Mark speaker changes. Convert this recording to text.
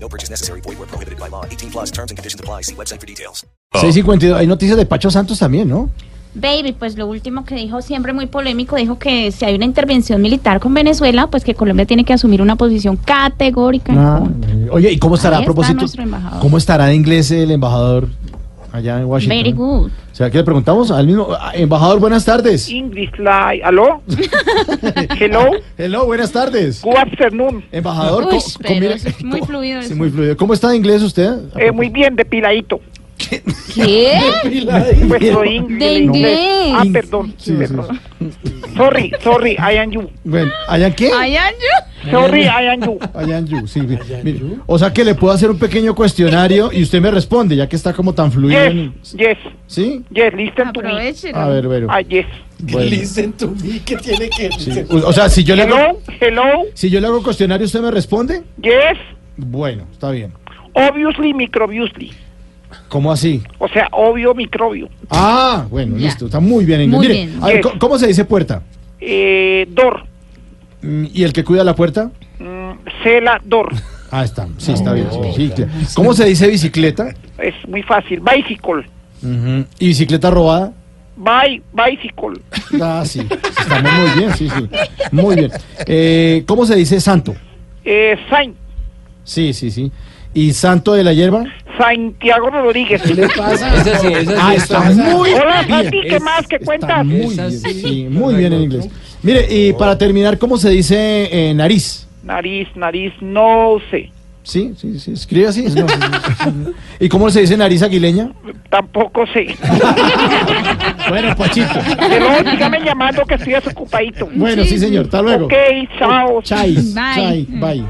Speaker 1: No purchase necessary. Void where prohibited by law. 18 plus terms and conditions apply. See website for details.
Speaker 2: Oh. 652. Hay noticias de Pacho Santos también, ¿no?
Speaker 3: Baby, pues lo último que dijo, siempre muy polémico, dijo que si hay una intervención militar con Venezuela, pues que Colombia tiene que asumir una posición categórica. en
Speaker 2: Ah,
Speaker 3: contra.
Speaker 2: eh, oye, ¿y cómo estará
Speaker 3: Ahí
Speaker 2: a
Speaker 3: está
Speaker 2: propósito?
Speaker 3: nuestro embajador.
Speaker 2: ¿Cómo estará de inglés el embajador allá en Washington?
Speaker 3: Very good.
Speaker 2: ¿Será que le preguntamos al mismo? Ah, Embajador, buenas tardes.
Speaker 4: English line. ¿Aló? Hello?
Speaker 2: Hello, buenas tardes.
Speaker 4: Good afternoon.
Speaker 2: Embajador,
Speaker 3: Uy,
Speaker 2: co-
Speaker 3: pero
Speaker 2: comida-
Speaker 3: eso es muy
Speaker 2: co-
Speaker 3: fluido
Speaker 2: sí,
Speaker 3: eso.
Speaker 2: muy fluido. ¿Cómo está de inglés usted?
Speaker 4: Eh, muy bien, depiladito.
Speaker 3: ¿Qué?
Speaker 4: Vuestro inglés.
Speaker 3: De inglés.
Speaker 4: Ah, perdón.
Speaker 2: Sí, sí,
Speaker 4: perdón. Sorry, sorry, I am you.
Speaker 2: Bueno, ¿allá qué?
Speaker 3: Ay, Anjo.
Speaker 4: Sorry, I am you.
Speaker 2: Allá en Yu, sí. mire. O sea que le puedo hacer un pequeño cuestionario y usted me responde, ya que está como tan fluido.
Speaker 4: Yes,
Speaker 2: en-
Speaker 4: yes,
Speaker 2: ¿Sí?
Speaker 4: yes, listen to me.
Speaker 3: Aprovechelo.
Speaker 2: A ver, bueno.
Speaker 4: Ah, yes.
Speaker 2: bueno,
Speaker 5: Listen to me, ¿qué tiene que
Speaker 2: sí. O- O sea, si yo le hago,
Speaker 4: Hello, hello,
Speaker 2: si yo le hago cuestionario, ¿usted me responde?
Speaker 4: yes,
Speaker 2: Bueno, está bien.
Speaker 4: obviously, microbiously.
Speaker 2: ¿Cómo así?
Speaker 4: O sea, obvio, microbio.
Speaker 2: Ah, bueno,
Speaker 3: Ya.
Speaker 2: listo, está muy bien. inglés.
Speaker 3: Muy
Speaker 2: Mire,
Speaker 3: bien.
Speaker 2: a ver,
Speaker 4: Yes.
Speaker 2: ¿cómo- ¿cómo se dice puerta?
Speaker 4: Eh, door,
Speaker 2: Mm, ¿Y el que cuida la puerta?
Speaker 4: cela, door.
Speaker 2: Ah, está, sí, está bien. sí, sí, claro. ¿Cómo se dice bicicleta?
Speaker 4: Es muy fácil. Bicycle,
Speaker 2: ¿Y bicicleta robada?
Speaker 4: bye, bicycle.
Speaker 2: Ah, sí, estamos muy bien, sí, sí. Muy bien. Eh, ¿Cómo se dice santo?
Speaker 4: Eh, Saint,
Speaker 2: Sí, sí, sí. ¿Y santo de la hierba?
Speaker 4: Santiago Rodríguez.
Speaker 5: pasa? Es así, es así.
Speaker 2: Ah, está muy
Speaker 4: Hola, Santi,
Speaker 2: bien.
Speaker 4: ¿qué más? ¿Qué
Speaker 2: Está
Speaker 4: cuentas?
Speaker 2: muy
Speaker 5: Es
Speaker 2: bien,
Speaker 5: así.
Speaker 2: sí, Oh. muy bien en inglés. Mire, y para terminar, ¿cómo se dice eh, nariz?
Speaker 4: Nariz, nariz, no sé.
Speaker 2: Sí, sí, sí, escribe así. No, sí, sí, sí. ¿Y cómo se dice nariz aguileña?
Speaker 4: Tampoco sé.
Speaker 2: Bueno, Pachito.
Speaker 4: Pero sígame llamando que estoy desocupadito.
Speaker 2: Bueno, sí, señor. Hasta luego.
Speaker 4: Ok, chao.
Speaker 2: Chais.
Speaker 3: Bye.
Speaker 2: Chai, bye.